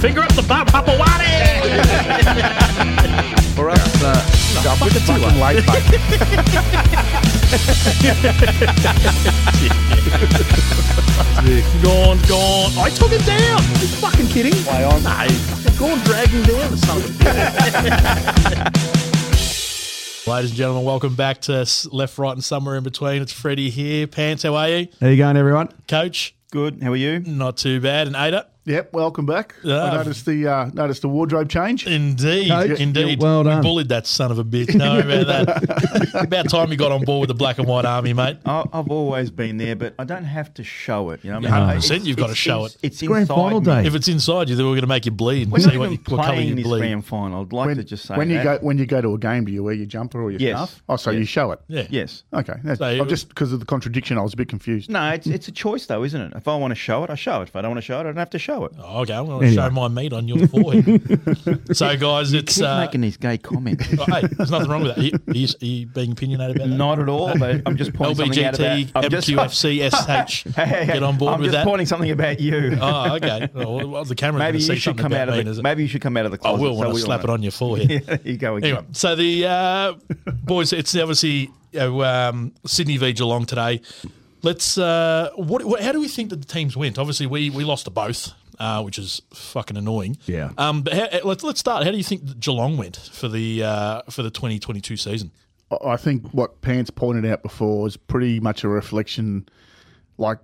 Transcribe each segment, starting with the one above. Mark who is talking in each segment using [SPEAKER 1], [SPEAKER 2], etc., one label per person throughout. [SPEAKER 1] Finger up the butt, Papa
[SPEAKER 2] For us, uh, stop with the fucking light back.
[SPEAKER 1] Gone, gone. I took him down. Are you fucking kidding?
[SPEAKER 2] Why aren't-
[SPEAKER 1] Nah, you fucking go and drag him down or something. Ladies and gentlemen, welcome back to S- Left, Right, and Somewhere in Between. It's Freddie here. Pants, how are you?
[SPEAKER 3] How you going, everyone?
[SPEAKER 1] Coach,
[SPEAKER 2] Good. How are you?
[SPEAKER 1] not too bad. And Ada,
[SPEAKER 4] Yep, welcome back.
[SPEAKER 1] Yeah.
[SPEAKER 4] I noticed the uh, noticed the wardrobe change.
[SPEAKER 1] indeed,
[SPEAKER 3] Coach,
[SPEAKER 1] indeed.
[SPEAKER 3] yeah, well
[SPEAKER 1] We
[SPEAKER 3] done.
[SPEAKER 1] bullied that son of a bitch. No, about that. about time you got on board with the Black and White Army, mate.
[SPEAKER 2] I- I've always been there, but I don't have to show it. You know, what I mean,
[SPEAKER 1] 100%
[SPEAKER 2] It's-
[SPEAKER 1] you've gotta
[SPEAKER 2] it's
[SPEAKER 1] show
[SPEAKER 2] in-
[SPEAKER 1] it.
[SPEAKER 2] It's
[SPEAKER 3] Grand
[SPEAKER 2] inside
[SPEAKER 3] final
[SPEAKER 2] me.
[SPEAKER 3] day.
[SPEAKER 1] If it's inside you, then we're going to make you bleed and
[SPEAKER 2] We're
[SPEAKER 1] see
[SPEAKER 2] not
[SPEAKER 1] what,
[SPEAKER 2] even
[SPEAKER 1] what colour
[SPEAKER 2] playing
[SPEAKER 1] you
[SPEAKER 2] this
[SPEAKER 1] bleed.
[SPEAKER 2] grand final. I'd like
[SPEAKER 4] When,
[SPEAKER 2] to just say
[SPEAKER 4] when you
[SPEAKER 2] that.
[SPEAKER 4] go when you go to a game, do you wear your jumper or your
[SPEAKER 2] Yes.
[SPEAKER 4] scarf? Oh, so
[SPEAKER 2] Yes.
[SPEAKER 4] you show it.
[SPEAKER 1] Yeah.
[SPEAKER 2] yes.
[SPEAKER 4] Okay. That's,
[SPEAKER 1] So-
[SPEAKER 4] I'm just because of the contradiction, I was a bit confused.
[SPEAKER 2] No, it's it's a choice though, isn't it? If I want to show it, I show it. If I don't want to show it, I don't have to show it.
[SPEAKER 1] Oh, okay, I'm going to show my meat on your forehead. so, guys, it's.
[SPEAKER 2] Keep
[SPEAKER 1] Uh,
[SPEAKER 2] making these gay comments.
[SPEAKER 1] oh, hey, there's nothing wrong with that. Are you, are you, are you being opinionated about that?
[SPEAKER 2] Not at all, but I'm just pointing something out about.
[SPEAKER 1] LBGT,
[SPEAKER 2] I'm just-
[SPEAKER 1] MQFC, SH.
[SPEAKER 2] Hey, hey, hey,
[SPEAKER 1] Get on board
[SPEAKER 2] I'm
[SPEAKER 1] with
[SPEAKER 2] just
[SPEAKER 1] that.
[SPEAKER 2] pointing something about you.
[SPEAKER 1] Oh, okay. Well, well, the camera's
[SPEAKER 2] maybe
[SPEAKER 1] going to
[SPEAKER 2] you
[SPEAKER 1] see
[SPEAKER 2] should
[SPEAKER 1] something
[SPEAKER 2] come
[SPEAKER 1] about
[SPEAKER 2] out
[SPEAKER 1] me,
[SPEAKER 2] of
[SPEAKER 1] does
[SPEAKER 2] the,
[SPEAKER 1] it? Oh,
[SPEAKER 2] maybe you should come out of the
[SPEAKER 1] I
[SPEAKER 2] closet.
[SPEAKER 1] will when I slap it on your forehead.
[SPEAKER 2] There you go again.
[SPEAKER 1] Anyway, so the uh, boys, it's obviously you know, um, Sydney v Geelong today. Let's. Uh, what, what? How do we think that the teams went? Obviously, we we lost to both, uh, which is fucking annoying.
[SPEAKER 3] Yeah.
[SPEAKER 1] Um. But how, let's let's start. How do you think that Geelong went for the uh, for the twenty twenty two season?
[SPEAKER 4] I- I think what Pants pointed out before is pretty much a reflection, like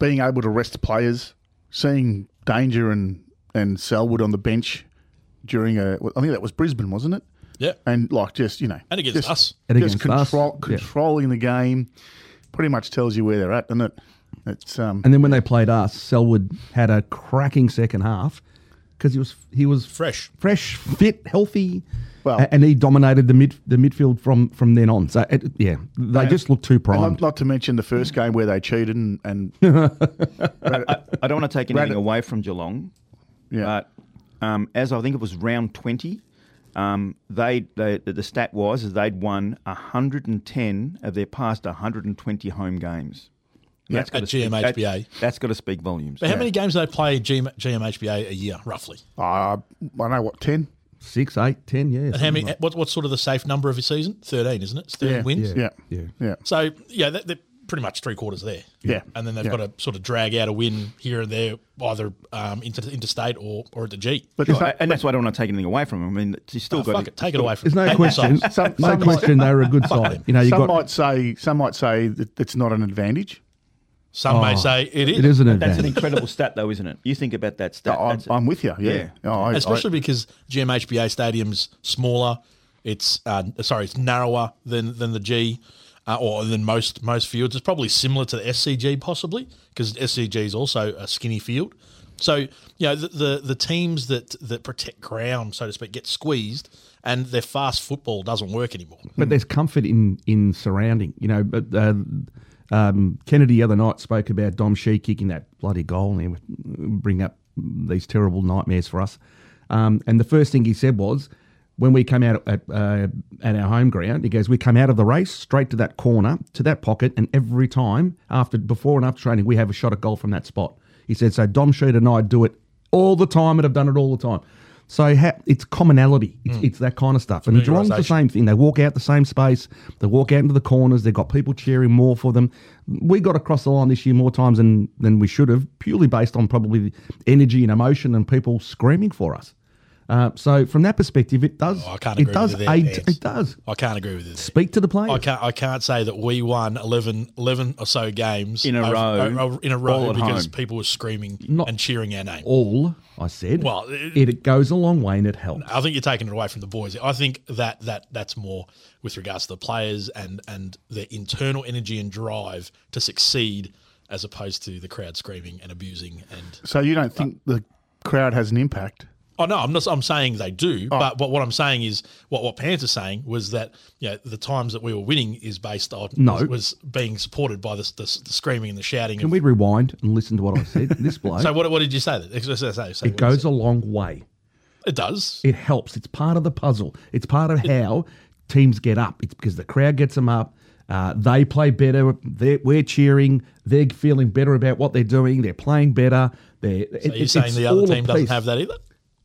[SPEAKER 4] being able to rest players, seeing Danger and and Selwood on the bench during a. I think that was Brisbane, wasn't it?
[SPEAKER 1] Yeah.
[SPEAKER 4] And like just you know,
[SPEAKER 1] And against
[SPEAKER 4] just,
[SPEAKER 1] us.
[SPEAKER 3] And
[SPEAKER 4] just
[SPEAKER 3] against us.
[SPEAKER 4] control,
[SPEAKER 3] Yeah.
[SPEAKER 4] controlling the game, pretty much tells you where they're at, doesn't it? It's um,
[SPEAKER 3] And then when they played us, Selwood had a cracking second half because he was he was
[SPEAKER 1] Fresh.
[SPEAKER 3] fresh, fit, healthy,
[SPEAKER 4] Well-
[SPEAKER 3] a- and he dominated the mid the midfield from from then on. So it, yeah, they just looked too
[SPEAKER 4] and
[SPEAKER 3] primed.
[SPEAKER 4] not, not to mention the first game where they cheated and, and
[SPEAKER 2] I don't want to take anything
[SPEAKER 4] Right.
[SPEAKER 2] away from Geelong,
[SPEAKER 4] yeah,
[SPEAKER 2] but um, as I think it was round twenty, um, they, they the stat was is they'd won hundred and ten of their past hundred and twenty home games. And
[SPEAKER 4] Yeah,
[SPEAKER 2] that's gotta
[SPEAKER 1] at
[SPEAKER 2] speak- that-
[SPEAKER 1] GMHBA.
[SPEAKER 2] that's got to speak volumes.
[SPEAKER 1] But how many games do they play G- GMHBA a year, roughly?
[SPEAKER 4] uh, I know what ten.
[SPEAKER 3] Six, eight, ten, yeah.
[SPEAKER 1] And how many? What, what's sort of the safe number of a season? Thirteen, isn't it? It's Thirteen
[SPEAKER 4] Yeah.
[SPEAKER 1] wins.
[SPEAKER 4] Yeah.
[SPEAKER 3] Yeah.
[SPEAKER 4] Yeah.
[SPEAKER 1] So yeah, that, they're pretty much three quarters there.
[SPEAKER 4] Yeah.
[SPEAKER 1] and then they've
[SPEAKER 4] Yeah.
[SPEAKER 1] got to sort of drag out a win here and there, either um, inter- interstate or or at the G. Oh,
[SPEAKER 4] But
[SPEAKER 2] Sure,
[SPEAKER 4] there's no-
[SPEAKER 2] and that's why I don't want to take anything away from them. I mean, you still got
[SPEAKER 1] Fuck it, take it away from.
[SPEAKER 3] There's no
[SPEAKER 1] take
[SPEAKER 3] question.
[SPEAKER 1] themselves.
[SPEAKER 4] Some-
[SPEAKER 3] no
[SPEAKER 4] some-
[SPEAKER 3] question. They were a good side. You know, you
[SPEAKER 4] some
[SPEAKER 3] got
[SPEAKER 4] might say some might say that it's not an advantage.
[SPEAKER 1] Some may
[SPEAKER 3] Oh,
[SPEAKER 1] say it is,
[SPEAKER 3] it is an
[SPEAKER 2] That's an
[SPEAKER 3] advantage.
[SPEAKER 2] incredible stat, though, isn't it? You think about that stat.
[SPEAKER 4] I'm,
[SPEAKER 2] that's a-
[SPEAKER 4] I'm with you. Yeah,
[SPEAKER 2] Yeah.
[SPEAKER 4] Oh, I- I-
[SPEAKER 1] especially because GMHBA Stadium's smaller. It's uh, sorry, it's narrower than than the G. Uh, or than most most fields, it's probably similar to the SCG possibly because SCG is also a skinny field. So you know the, the the teams that that protect ground, so to speak, get squeezed, and their fast football doesn't work anymore.
[SPEAKER 3] But there's comfort in in surrounding, you know. But uh, um, Kennedy the other night spoke about Dom Shee kicking that bloody goal, and he would bring up these terrible nightmares for us. Um, and the first thing he said was, when we came out at uh, at our home ground, he goes, "We come out of the race straight to that corner, to that pocket, and every time after, before and after training, we have a shot at goal from that spot." He said, "So Dom Shee and I do it all the time, and have done it all the time." So ha- it's commonality. It's, it's that kind of stuff. And Geelong's the
[SPEAKER 1] Hmm. Familiarisation.
[SPEAKER 3] same same thing. They walk out the same space. They walk out into the corners. They've got people cheering more for them. We got across the line this year more times than, than we should have, purely based on probably the energy and emotion and people screaming for us. Uh, so from that perspective, it does.
[SPEAKER 1] Oh, I can't
[SPEAKER 3] it
[SPEAKER 1] agree with
[SPEAKER 3] does
[SPEAKER 1] you there,
[SPEAKER 3] aid-
[SPEAKER 1] Vance.
[SPEAKER 3] It does
[SPEAKER 1] I can't agree with this.
[SPEAKER 3] speak to the players.
[SPEAKER 1] I can't. I can't say that we won 11, 11 or so games
[SPEAKER 2] In a row,
[SPEAKER 1] o- o- in a row
[SPEAKER 2] all at
[SPEAKER 1] because
[SPEAKER 2] home.
[SPEAKER 1] people were screaming
[SPEAKER 3] Not-
[SPEAKER 1] and cheering our name.
[SPEAKER 3] All I said.
[SPEAKER 1] Well, it-
[SPEAKER 3] it, goes a long way and it helps.
[SPEAKER 1] I think you're taking it away from the boys. I think that that that's more with regards to the players and and their internal energy and drive to succeed, as opposed to the crowd screaming and abusing. And
[SPEAKER 4] so you don't think the crowd has an impact?
[SPEAKER 1] oh no, I'm not. I'm saying they do,
[SPEAKER 3] Oh.
[SPEAKER 1] but but what I'm saying is what what Pants is saying was that you know, the times that we were winning is based on
[SPEAKER 3] No.
[SPEAKER 1] was, was being supported by the, the, the screaming and the shouting.
[SPEAKER 3] Can
[SPEAKER 1] of,
[SPEAKER 3] we rewind and listen to what I said? This bloke.
[SPEAKER 1] so what, what did you say? That
[SPEAKER 3] it goes a long way.
[SPEAKER 1] It does.
[SPEAKER 3] It helps. It's part of the puzzle. It's part of how teams get up. It's because the crowd gets them up. Uh, they play better. They're, we're cheering. They're feeling better about what they're doing. They're playing better. They're,
[SPEAKER 1] Are you saying the other team doesn't have that either?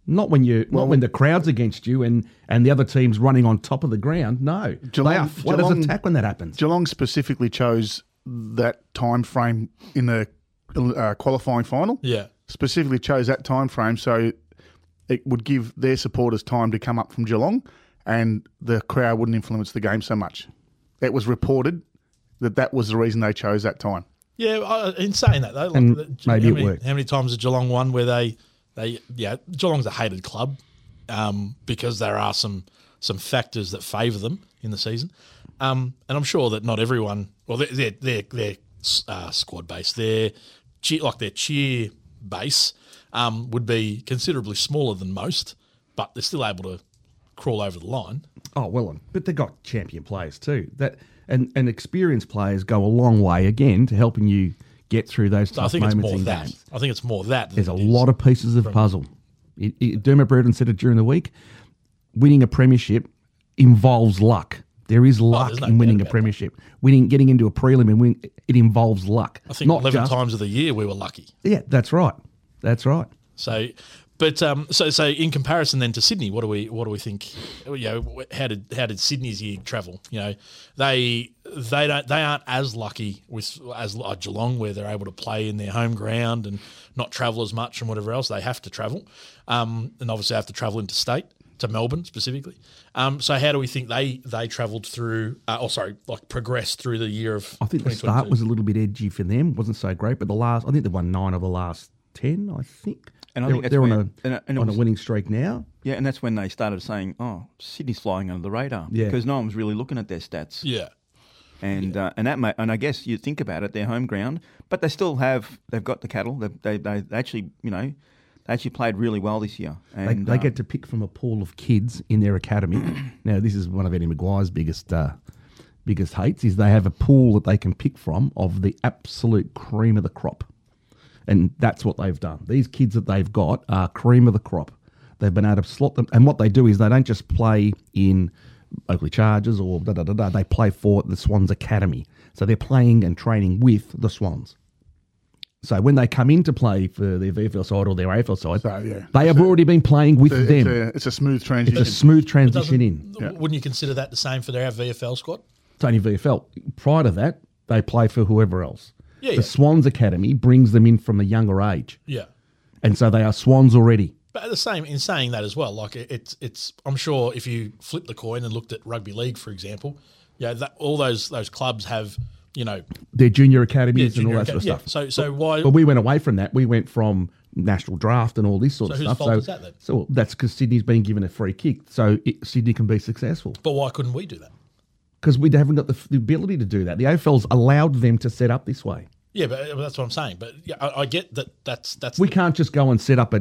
[SPEAKER 3] Not when you, not when the crowd's against you and, and the other team's running on top of the ground. No,
[SPEAKER 4] Geelong-
[SPEAKER 3] they are flat as
[SPEAKER 4] Geelong-
[SPEAKER 3] a tack when that happens.
[SPEAKER 4] Geelong specifically chose that time frame in the uh, qualifying final.
[SPEAKER 1] Yeah.
[SPEAKER 4] Specifically chose that time frame so it would give their supporters time to come up from Geelong, and the crowd wouldn't influence the game so much. It was reported that that was the reason they chose that time.
[SPEAKER 1] Yeah, I- in saying that though, like,
[SPEAKER 3] And
[SPEAKER 1] the-
[SPEAKER 3] maybe
[SPEAKER 1] how
[SPEAKER 3] it
[SPEAKER 1] many,
[SPEAKER 3] worked.
[SPEAKER 1] How many times has Geelong won where they, they yeah, Geelong's a hated club, um, because there are some some factors that favour them in the season, um, and I'm sure that not everyone, well, their their their, their uh, squad base, their cheer, like their cheer base, um, would be considerably smaller than most, but they're still able to crawl over the line.
[SPEAKER 3] Oh well, but they got champion players too. That and, and experienced players go a long way again to helping you get through those
[SPEAKER 1] So
[SPEAKER 3] tough
[SPEAKER 1] I think it's
[SPEAKER 3] moments
[SPEAKER 1] more
[SPEAKER 3] in
[SPEAKER 1] that.
[SPEAKER 3] games.
[SPEAKER 1] I think it's more that. than
[SPEAKER 3] There's a
[SPEAKER 1] it is-
[SPEAKER 3] lot of pieces of puzzle. It, it, Dermot Brereton said it during the week. Winning a premiership involves luck. There is luck
[SPEAKER 1] Oh, there's no
[SPEAKER 3] in winning
[SPEAKER 1] doubt
[SPEAKER 3] a
[SPEAKER 1] about
[SPEAKER 3] premiership. Winning, getting into a prelim, and win, it involves luck.
[SPEAKER 1] I think
[SPEAKER 3] Not
[SPEAKER 1] eleven
[SPEAKER 3] just-
[SPEAKER 1] times of the year we were lucky.
[SPEAKER 3] Yeah, that's right. That's right.
[SPEAKER 1] So, but um, so so in comparison then to Sydney, what do we what do we think? You know, how did how did Sydney's year travel? You know, they they don't they aren't as lucky with as like Geelong, where they're able to play in their home ground and not travel as much and whatever else. They have to travel, um, and obviously have to travel into state to Melbourne specifically. Um, so how do we think they they travelled through? Uh, oh, sorry, like progressed through the year of.
[SPEAKER 3] I think the start was a little bit edgy for them. wasn't so great, but the last I think they won nine of the last ten. I think.
[SPEAKER 2] And I
[SPEAKER 3] they're,
[SPEAKER 2] think that's
[SPEAKER 3] they're on
[SPEAKER 2] where-
[SPEAKER 3] a
[SPEAKER 2] and it- and it
[SPEAKER 3] on
[SPEAKER 2] was-
[SPEAKER 3] a winning streak now.
[SPEAKER 2] Yeah, and that's when they started saying, "Oh, Sydney's flying under the radar,"
[SPEAKER 3] Yeah.
[SPEAKER 2] because no one was really looking at their stats.
[SPEAKER 1] yeah.
[SPEAKER 2] And uh, and that ma- and I guess you think about it, their home ground, but they still have they've got the cattle. They they, they, they actually you know they actually played really well this year.
[SPEAKER 3] They,
[SPEAKER 2] And
[SPEAKER 3] they
[SPEAKER 4] um,
[SPEAKER 2] uh,
[SPEAKER 3] get to pick from a pool of kids in their academy. now, this is one of Eddie McGuire's biggest uh, biggest hates is they have a pool that they can pick from of the absolute cream of the crop, and that's what they've done. These kids that they've got are cream of the crop. They've been able to slot them, and what they do is they don't just play in Oakley Chargers or da da da da. They play for the Swans Academy, so they're playing and training with the Swans. So when they come in to play for their VFL side or their AFL side,
[SPEAKER 4] So, yeah.
[SPEAKER 3] they have already been playing with
[SPEAKER 4] It's
[SPEAKER 3] them.
[SPEAKER 4] a, it's a smooth
[SPEAKER 3] It's
[SPEAKER 4] transition.
[SPEAKER 3] a smooth transition
[SPEAKER 1] Doesn't-
[SPEAKER 3] in.
[SPEAKER 1] Wouldn't you consider that the same for their VFL squad?
[SPEAKER 3] It's only VFL. Prior to that, they play for whoever else.
[SPEAKER 1] Yeah,
[SPEAKER 3] the
[SPEAKER 1] yeah.
[SPEAKER 3] Swans Academy brings them in from a younger age,
[SPEAKER 1] Yeah.
[SPEAKER 3] and so they are Swans already.
[SPEAKER 1] But at the same, in saying that as well, like it, it's it's, I'm sure if you flip the coin and looked at rugby league, for example, yeah, that all those those clubs have, you know,
[SPEAKER 3] Their junior academies and
[SPEAKER 1] junior
[SPEAKER 3] all that
[SPEAKER 1] acad-
[SPEAKER 3] sort of
[SPEAKER 1] yeah.
[SPEAKER 3] stuff.
[SPEAKER 1] So so why?
[SPEAKER 3] But we went away from that. We went from national draft and all this sort
[SPEAKER 1] So
[SPEAKER 3] of
[SPEAKER 1] whose
[SPEAKER 3] stuff.
[SPEAKER 1] fault
[SPEAKER 3] so,
[SPEAKER 1] is that then?
[SPEAKER 3] so that's because Sydney's been given a free kick, so it, Sydney can be successful
[SPEAKER 1] but why couldn't we do that?
[SPEAKER 3] because we haven't got the, f- the ability to do that. The AFL's allowed them to set up this way.
[SPEAKER 1] Yeah, but uh, that's what I'm saying. But yeah, I, I get that. That's that's
[SPEAKER 3] We
[SPEAKER 1] the-
[SPEAKER 3] can't just go and set up a.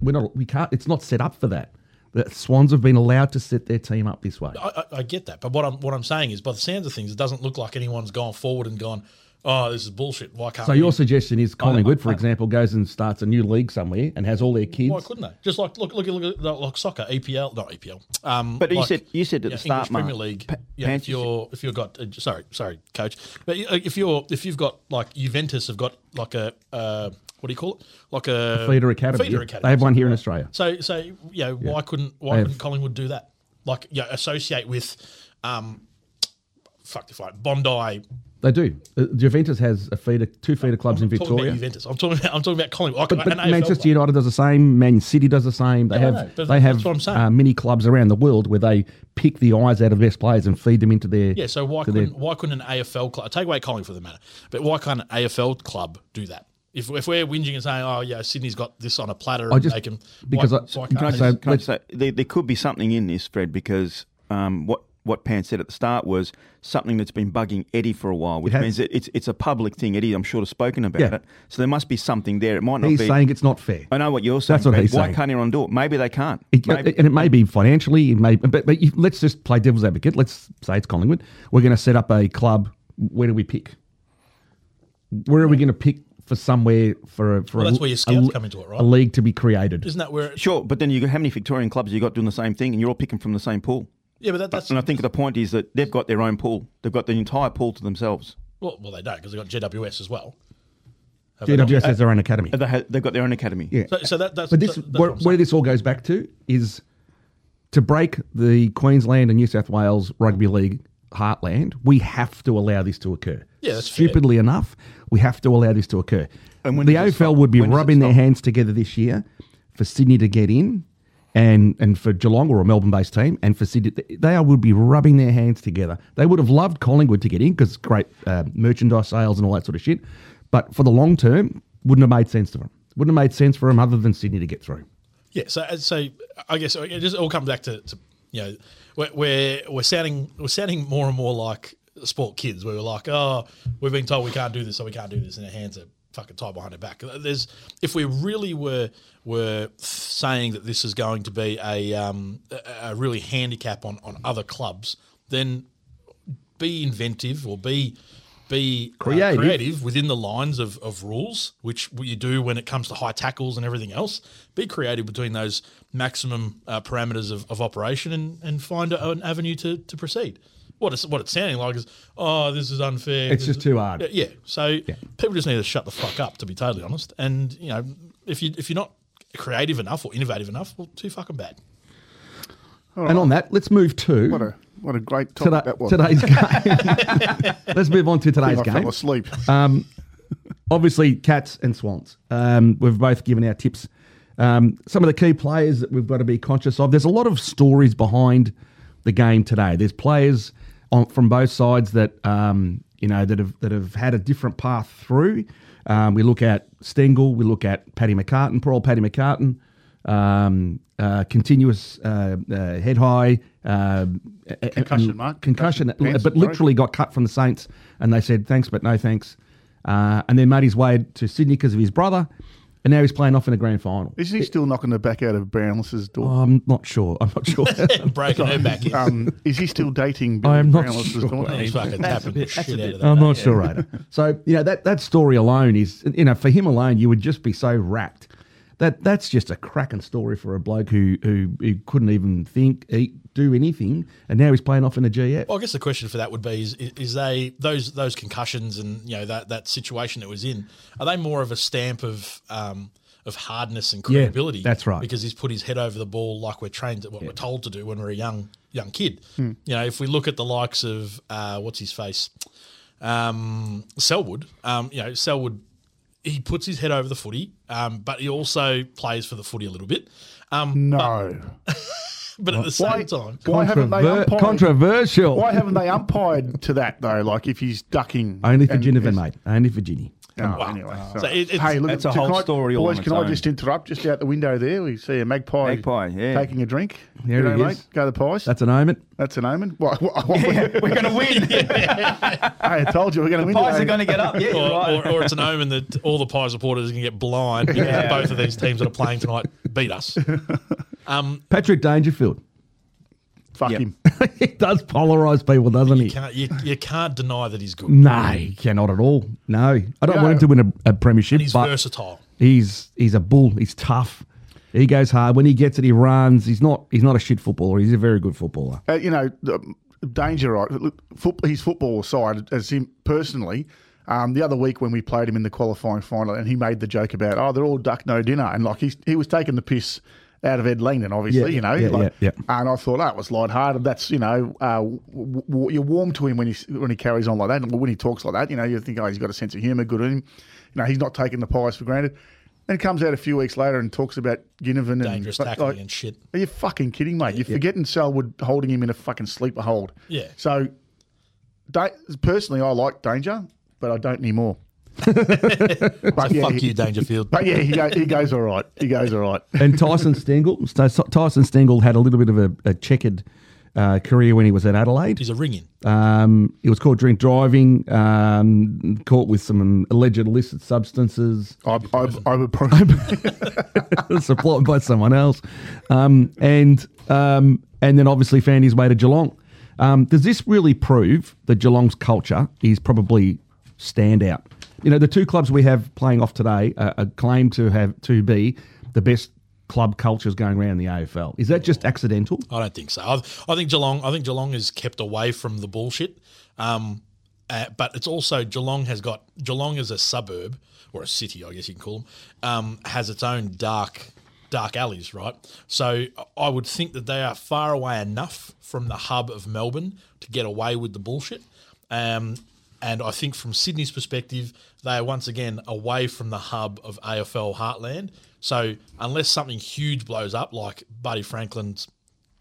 [SPEAKER 3] We're not. We can't. It's not set up for that. The Swans have been allowed to set their team up this way.
[SPEAKER 1] I, I, I get that. But what I'm what I'm saying is, by the sounds of things, it doesn't look like anyone's gone forward and gone, oh, this is bullshit. Why can't?
[SPEAKER 3] So
[SPEAKER 1] we?
[SPEAKER 3] your suggestion is Collingwood, for example, goes and starts a new league somewhere and has all their kids.
[SPEAKER 1] why couldn't they? Just like look look look at like soccer, EPL, not EPL. Um,
[SPEAKER 2] But you
[SPEAKER 1] like-
[SPEAKER 2] said you said at the
[SPEAKER 1] Yeah,
[SPEAKER 2] start,
[SPEAKER 1] English Premier
[SPEAKER 2] Mark,
[SPEAKER 1] League.
[SPEAKER 2] Pa-
[SPEAKER 1] yeah, if
[SPEAKER 2] Panthers-
[SPEAKER 1] you're if you've got uh, sorry sorry coach, but uh, if you're if you've got like Juventus have got like a uh, what do you call it like a
[SPEAKER 3] Feeder Academy.
[SPEAKER 1] feeder
[SPEAKER 3] yeah.
[SPEAKER 1] academy.
[SPEAKER 3] They have one here in Australia.
[SPEAKER 1] So so you know why couldn't why
[SPEAKER 3] They have-
[SPEAKER 1] couldn't Collingwood do that? Like you know, associate with um fuck if I Bondi.
[SPEAKER 3] They do. Uh, Juventus has a feeder, two feeder clubs in
[SPEAKER 1] Talking about
[SPEAKER 3] Victoria.
[SPEAKER 1] Juventus, I'm talking about I'm talking about Collingwood. I could-
[SPEAKER 3] But, but
[SPEAKER 1] an AFL
[SPEAKER 3] Manchester
[SPEAKER 1] player.
[SPEAKER 3] United does the same. Man City does the same. They
[SPEAKER 1] Yeah, I know,
[SPEAKER 3] have
[SPEAKER 1] but
[SPEAKER 3] they have
[SPEAKER 1] that's what I'm saying.
[SPEAKER 3] uh, mini clubs around the world where they pick the eyes out of the best players and feed them into their
[SPEAKER 1] Yeah, so why
[SPEAKER 3] to their-
[SPEAKER 1] couldn't why couldn't an AFL club take away Collingwood for the matter? But why can't an AFL club do that? If, if we're whinging and saying, oh yeah, Sydney's got this on a platter,
[SPEAKER 3] I
[SPEAKER 1] and
[SPEAKER 3] just-
[SPEAKER 1] they can
[SPEAKER 3] because
[SPEAKER 1] why,
[SPEAKER 3] I-
[SPEAKER 1] why
[SPEAKER 3] can I
[SPEAKER 1] can't
[SPEAKER 3] say-
[SPEAKER 1] they?
[SPEAKER 2] Can I just say there, there could be something in this, Fred, because um, what what Pan said at the start was something that's been bugging Eddie for a while, which
[SPEAKER 3] has.
[SPEAKER 2] means that it's it's a public thing. Eddie, I'm sure, has spoken about
[SPEAKER 3] Yeah.
[SPEAKER 2] it. So there must be something there. It might not
[SPEAKER 3] He's
[SPEAKER 2] be.
[SPEAKER 3] saying it's not fair.
[SPEAKER 2] I know what you're saying.
[SPEAKER 3] That's what
[SPEAKER 2] Fred.
[SPEAKER 3] he's
[SPEAKER 2] Why
[SPEAKER 3] saying.
[SPEAKER 2] can't everyone do it? Maybe they can't.
[SPEAKER 3] It- uh,
[SPEAKER 2] Maybe-
[SPEAKER 3] and it may be financially, it may, but, but you, let's just play devil's advocate. Let's say it's Collingwood. We're going to set up a club. Where do we pick? Where are we going to pick for somewhere for a, for
[SPEAKER 1] Well,
[SPEAKER 3] a,
[SPEAKER 1] that's where your
[SPEAKER 3] a
[SPEAKER 1] scouts
[SPEAKER 3] l-
[SPEAKER 1] come into it, right?
[SPEAKER 3] A league to be created.
[SPEAKER 1] Isn't that where? It,
[SPEAKER 2] Sure, but then you got how many Victorian clubs you got doing the same thing, and you're all picking from the same pool.
[SPEAKER 1] yeah, but that, that's
[SPEAKER 2] And I think the point is that they've got their own pool. They've got the entire pool to themselves.
[SPEAKER 1] well, well, they don't because they got GWS as well. Have they
[SPEAKER 3] GWS has their own academy.
[SPEAKER 2] They ha- they've got their own academy.
[SPEAKER 3] Yeah.
[SPEAKER 1] not? So, so that, that's
[SPEAKER 3] But this,
[SPEAKER 1] that- that's
[SPEAKER 3] where,
[SPEAKER 1] what I'm
[SPEAKER 3] where
[SPEAKER 1] saying.
[SPEAKER 3] this all goes back to is to break the Queensland and New South Wales rugby league heartland. We have to allow this to occur.
[SPEAKER 1] Yeah, that's fair.
[SPEAKER 3] Stupidly enough, we have to allow this to occur.
[SPEAKER 2] And when
[SPEAKER 3] the
[SPEAKER 2] does it
[SPEAKER 3] AFL
[SPEAKER 2] stop?
[SPEAKER 3] would be
[SPEAKER 2] When does it
[SPEAKER 3] rubbing their
[SPEAKER 2] stop?
[SPEAKER 3] hands together this year for Sydney to get in. And, and for Geelong or a Melbourne-based team, and for Sydney, they would be rubbing their hands together. They would have loved Collingwood to get in because great uh, merchandise sales and all that sort of shit. But for the long term, wouldn't have made sense to them. Wouldn't have made sense for them other than Sydney to get through.
[SPEAKER 1] Yeah, so as- so I guess uh, it just all comes back to, to you know we're, we're we're sounding we're sounding more and more like sport kids. where We are like, oh, we've been told we can't do this, so we can't do this, and our hands are fucking tied behind our back. Uh, There's if we really were were saying that this is going to be a um, a, a really handicap on on other clubs, then be inventive or be be uh,
[SPEAKER 3] Creative.
[SPEAKER 1] creative within the lines of, of rules, which you do when it comes to high tackles and everything else. Be creative between those maximum uh, parameters of, of operation and, and find a, an avenue to, to proceed. What it's, what it's sounding like is, oh, this is unfair.
[SPEAKER 3] It's
[SPEAKER 1] This
[SPEAKER 3] just
[SPEAKER 1] is-"
[SPEAKER 3] too hard.
[SPEAKER 1] Yeah, Yeah. So people just need to shut the fuck up, to be totally honest. And, you know, if, you, if you're not creative enough or innovative enough, well, too fucking bad.
[SPEAKER 3] And on that, let's move to
[SPEAKER 4] What a what a great
[SPEAKER 3] today,
[SPEAKER 4] topic that was.
[SPEAKER 3] today's game. let's move on to today's
[SPEAKER 4] I
[SPEAKER 3] game. Uh,
[SPEAKER 4] fell asleep.
[SPEAKER 3] Um, Obviously, cats and swans. Um, we've both given our tips. Um, some of the key players that we've got to be conscious of. There's a lot of stories behind the game today. There's players on, from both sides that um, you know that have that have had a different path through. Um, we look at Stengel. We look at Paddy McCartan. Poor old Paddy McCartan. um, uh, continuous uh, uh, head high uh,
[SPEAKER 4] Concussion,
[SPEAKER 3] and-
[SPEAKER 4] Mark.
[SPEAKER 3] concussion,
[SPEAKER 4] Concussion, Pence,
[SPEAKER 3] but
[SPEAKER 4] sorry.
[SPEAKER 3] literally got cut from the Saints, and they said thanks but no thanks, uh, and then made his way to Sydney because of his brother, and now he's playing off in the grand final.
[SPEAKER 4] Isn't he still knocking the back out of Brownless's door?
[SPEAKER 3] I'm not sure. I'm not sure.
[SPEAKER 1] Breaking her back in.
[SPEAKER 4] Um, is he still dating Billy
[SPEAKER 3] I'm not
[SPEAKER 4] Brownless's
[SPEAKER 3] sure.
[SPEAKER 4] daughter?
[SPEAKER 1] He's fucking tapping the shit out of that.
[SPEAKER 3] I'm not sure either. So you know that that story alone is you know for him alone you would just be so wrapped. That that's just a cracking story for a bloke who who, who couldn't even think eat do anything, and now he's playing off in a GF.
[SPEAKER 1] Well, I guess the question for that would be: is, is they those those concussions and you know that that situation it was in? Are they more of a stamp of um, of hardness and credibility?
[SPEAKER 3] that's right.
[SPEAKER 1] Because he's put his head over the ball like we're trained, what we're told to do when we're a young young kid. You know, if we look at the likes of uh, what's his face, um, Selwood. Um, you know, Selwood he puts his head over the footy, um, but he also plays for the footy a little bit. Um,
[SPEAKER 4] No.
[SPEAKER 1] but at the same time,
[SPEAKER 4] Why haven't they
[SPEAKER 3] Controver-
[SPEAKER 4] umpired?
[SPEAKER 3] controversial.
[SPEAKER 4] why haven't they umpired to that though? Like if he's ducking
[SPEAKER 3] Only for
[SPEAKER 4] and-
[SPEAKER 3] Ginnivan,
[SPEAKER 4] and-
[SPEAKER 3] mate. Only for Ginny.
[SPEAKER 4] Oh, anyway,
[SPEAKER 1] So
[SPEAKER 4] sorry.
[SPEAKER 1] it- it's-
[SPEAKER 4] hey, look,
[SPEAKER 2] That's a
[SPEAKER 4] can
[SPEAKER 2] whole
[SPEAKER 4] I-
[SPEAKER 2] story all
[SPEAKER 4] Boys,
[SPEAKER 2] on
[SPEAKER 4] can
[SPEAKER 2] its
[SPEAKER 4] I
[SPEAKER 2] own.
[SPEAKER 4] just interrupt? Just out the window there, we see a magpie,
[SPEAKER 2] Magpie, yeah.
[SPEAKER 4] taking a drink.
[SPEAKER 3] There
[SPEAKER 4] you
[SPEAKER 3] it
[SPEAKER 4] know,
[SPEAKER 3] is.
[SPEAKER 4] mate, go the pies. That's,
[SPEAKER 3] That's an omen.
[SPEAKER 4] an omen. What, what, what-
[SPEAKER 2] We're going to win.
[SPEAKER 4] I told you we're going to win.
[SPEAKER 2] Pies are
[SPEAKER 4] today.
[SPEAKER 2] going to get up. Yeah,
[SPEAKER 1] or,
[SPEAKER 2] you're right.
[SPEAKER 1] or, or it's an omen that all the Pie supporters can get blind because
[SPEAKER 2] Yeah.
[SPEAKER 1] both of these teams that are playing tonight beat us. Um,
[SPEAKER 3] Patrick Dangerfield.
[SPEAKER 4] Fuck
[SPEAKER 2] Yep.
[SPEAKER 4] him.
[SPEAKER 3] he does polarise people, doesn't he?
[SPEAKER 1] can't, you, you can't deny that he's good.
[SPEAKER 3] No, he cannot at all. No, I don't
[SPEAKER 4] Yeah.
[SPEAKER 3] want him to win a, a premiership,
[SPEAKER 1] And he's
[SPEAKER 3] but
[SPEAKER 1] versatile.
[SPEAKER 3] he's he's a bull. He's tough. He goes hard. When he gets it, he runs. He's not he's not a shit footballer. He's a very good footballer.
[SPEAKER 4] Uh, you know, the danger. Right, Look, foot, his football side, as him personally. Um, the other week when we played him in the qualifying final, and he made the joke about, "Oh, they're all duck, no dinner," and like he's, he was taking the piss out of Ed Langdon, obviously,
[SPEAKER 3] Yeah,
[SPEAKER 4] you know.
[SPEAKER 3] yeah,
[SPEAKER 4] like-
[SPEAKER 3] yeah,
[SPEAKER 4] And I thought, oh, it was lighthearted. That's you know, uh, w- w- you're warm to him when he when he carries on like that, and when he talks like that, you know, you think, oh, he's got a sense of humour, good on him. You know, he's not taking the pies for granted. Then comes out a few weeks later and talks about Ginnivan
[SPEAKER 1] Dangerous
[SPEAKER 4] and
[SPEAKER 1] tackling
[SPEAKER 4] like,
[SPEAKER 1] and shit.
[SPEAKER 4] are you fucking kidding, mate? You're forgetting Selwood holding him in a fucking sleeper hold.
[SPEAKER 1] Yeah.
[SPEAKER 4] So, da- personally, I like Danger, but I don't anymore. but, yeah,
[SPEAKER 1] Fuck
[SPEAKER 4] he,
[SPEAKER 1] you, Dangerfield.
[SPEAKER 4] but yeah, he, go- he goes all right. He goes all right.
[SPEAKER 3] And Tyson Stengel, so Tyson Stengel had a little bit of a, a checkered uh, career when he was at Adelaide.
[SPEAKER 1] He's a ring in.
[SPEAKER 3] Um, he was caught drink driving, um, caught with some alleged illicit substances.
[SPEAKER 4] I, I, I would probably,
[SPEAKER 3] supplied by someone else, um, and um, and then obviously found his way to Geelong. Um, does this really prove that Geelong's culture is probably standout? You know, the two clubs we have playing off today are, are claimed to have to be the best club cultures going around the AFL. Is that just accidental?
[SPEAKER 1] I don't think so. I, I think Geelong. I think Geelong is kept away from the bullshit. Um, Uh, but it's also Geelong has got Geelong is a suburb or a city, I guess you can call them, um, has its own dark dark alleys, right? So I would think that they are far away enough from the hub of Melbourne to get away with the bullshit. Um, and I think from Sydney's perspective, they are once again away from the hub of AFL heartland. So unless something huge blows up, like Buddy Franklin's,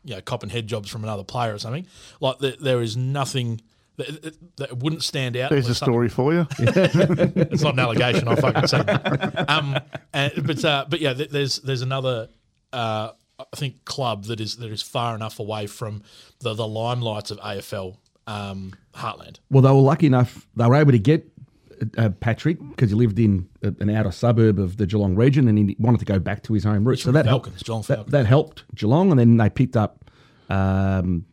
[SPEAKER 1] you know, cop and head jobs from another player or something, like the, there is nothing that, that- that wouldn't stand out.
[SPEAKER 4] There's
[SPEAKER 1] where
[SPEAKER 4] a
[SPEAKER 1] something-
[SPEAKER 4] story for you.
[SPEAKER 1] it's not an allegation. I fucking said. that. Um, and, but uh, but yeah, th- there's there's another uh, I think club that is that is far enough away from the the limelights of AFL um, Heartland.
[SPEAKER 3] Well, they were lucky enough; they were able to get uh, Patrick because he lived in a, an outer suburb of the Geelong region, and he wanted to go back to his home roots. So that
[SPEAKER 1] Falcons,
[SPEAKER 3] helped,
[SPEAKER 1] Geelong
[SPEAKER 3] that,
[SPEAKER 1] Falcons.
[SPEAKER 3] that helped Geelong, and then they picked up um,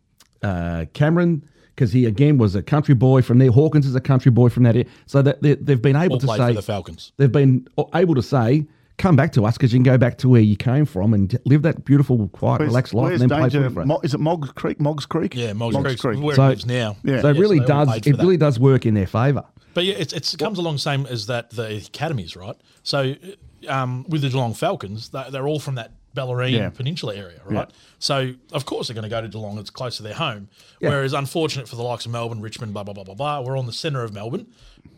[SPEAKER 3] uh, Cameron because he again was a country boy from there. Hawkins is a country boy from that. area. So that they, they've been able
[SPEAKER 1] All
[SPEAKER 3] to
[SPEAKER 1] played
[SPEAKER 3] say
[SPEAKER 1] for the Falcons.
[SPEAKER 3] they've been uh, able to say. Come back to us because you can go back to where you came from and live that beautiful, quiet, relaxed life, and then play footy for us.
[SPEAKER 4] Mo- is it Moggs Creek? Moggs Creek?
[SPEAKER 1] Yeah, Moggs
[SPEAKER 4] Moggs
[SPEAKER 1] Creek,
[SPEAKER 4] Creek.
[SPEAKER 1] where
[SPEAKER 3] So-
[SPEAKER 1] it lives now.
[SPEAKER 4] Yeah.
[SPEAKER 3] So it
[SPEAKER 1] Yes,
[SPEAKER 3] really
[SPEAKER 1] they all
[SPEAKER 3] does.
[SPEAKER 1] played for
[SPEAKER 3] It
[SPEAKER 1] that.
[SPEAKER 3] really does work in their favour.
[SPEAKER 1] But yeah, it's, it's, it comes along same as that the academies, right? So um, with the Geelong Falcons, they, they're all from that Bellarine
[SPEAKER 4] Yeah.
[SPEAKER 1] Peninsula area, right? So of course they're going to go to Geelong; it's close to their home.
[SPEAKER 3] Yeah.
[SPEAKER 1] Whereas, unfortunate for the likes of Melbourne, Richmond, blah blah blah blah blah, we're on the centre of Melbourne.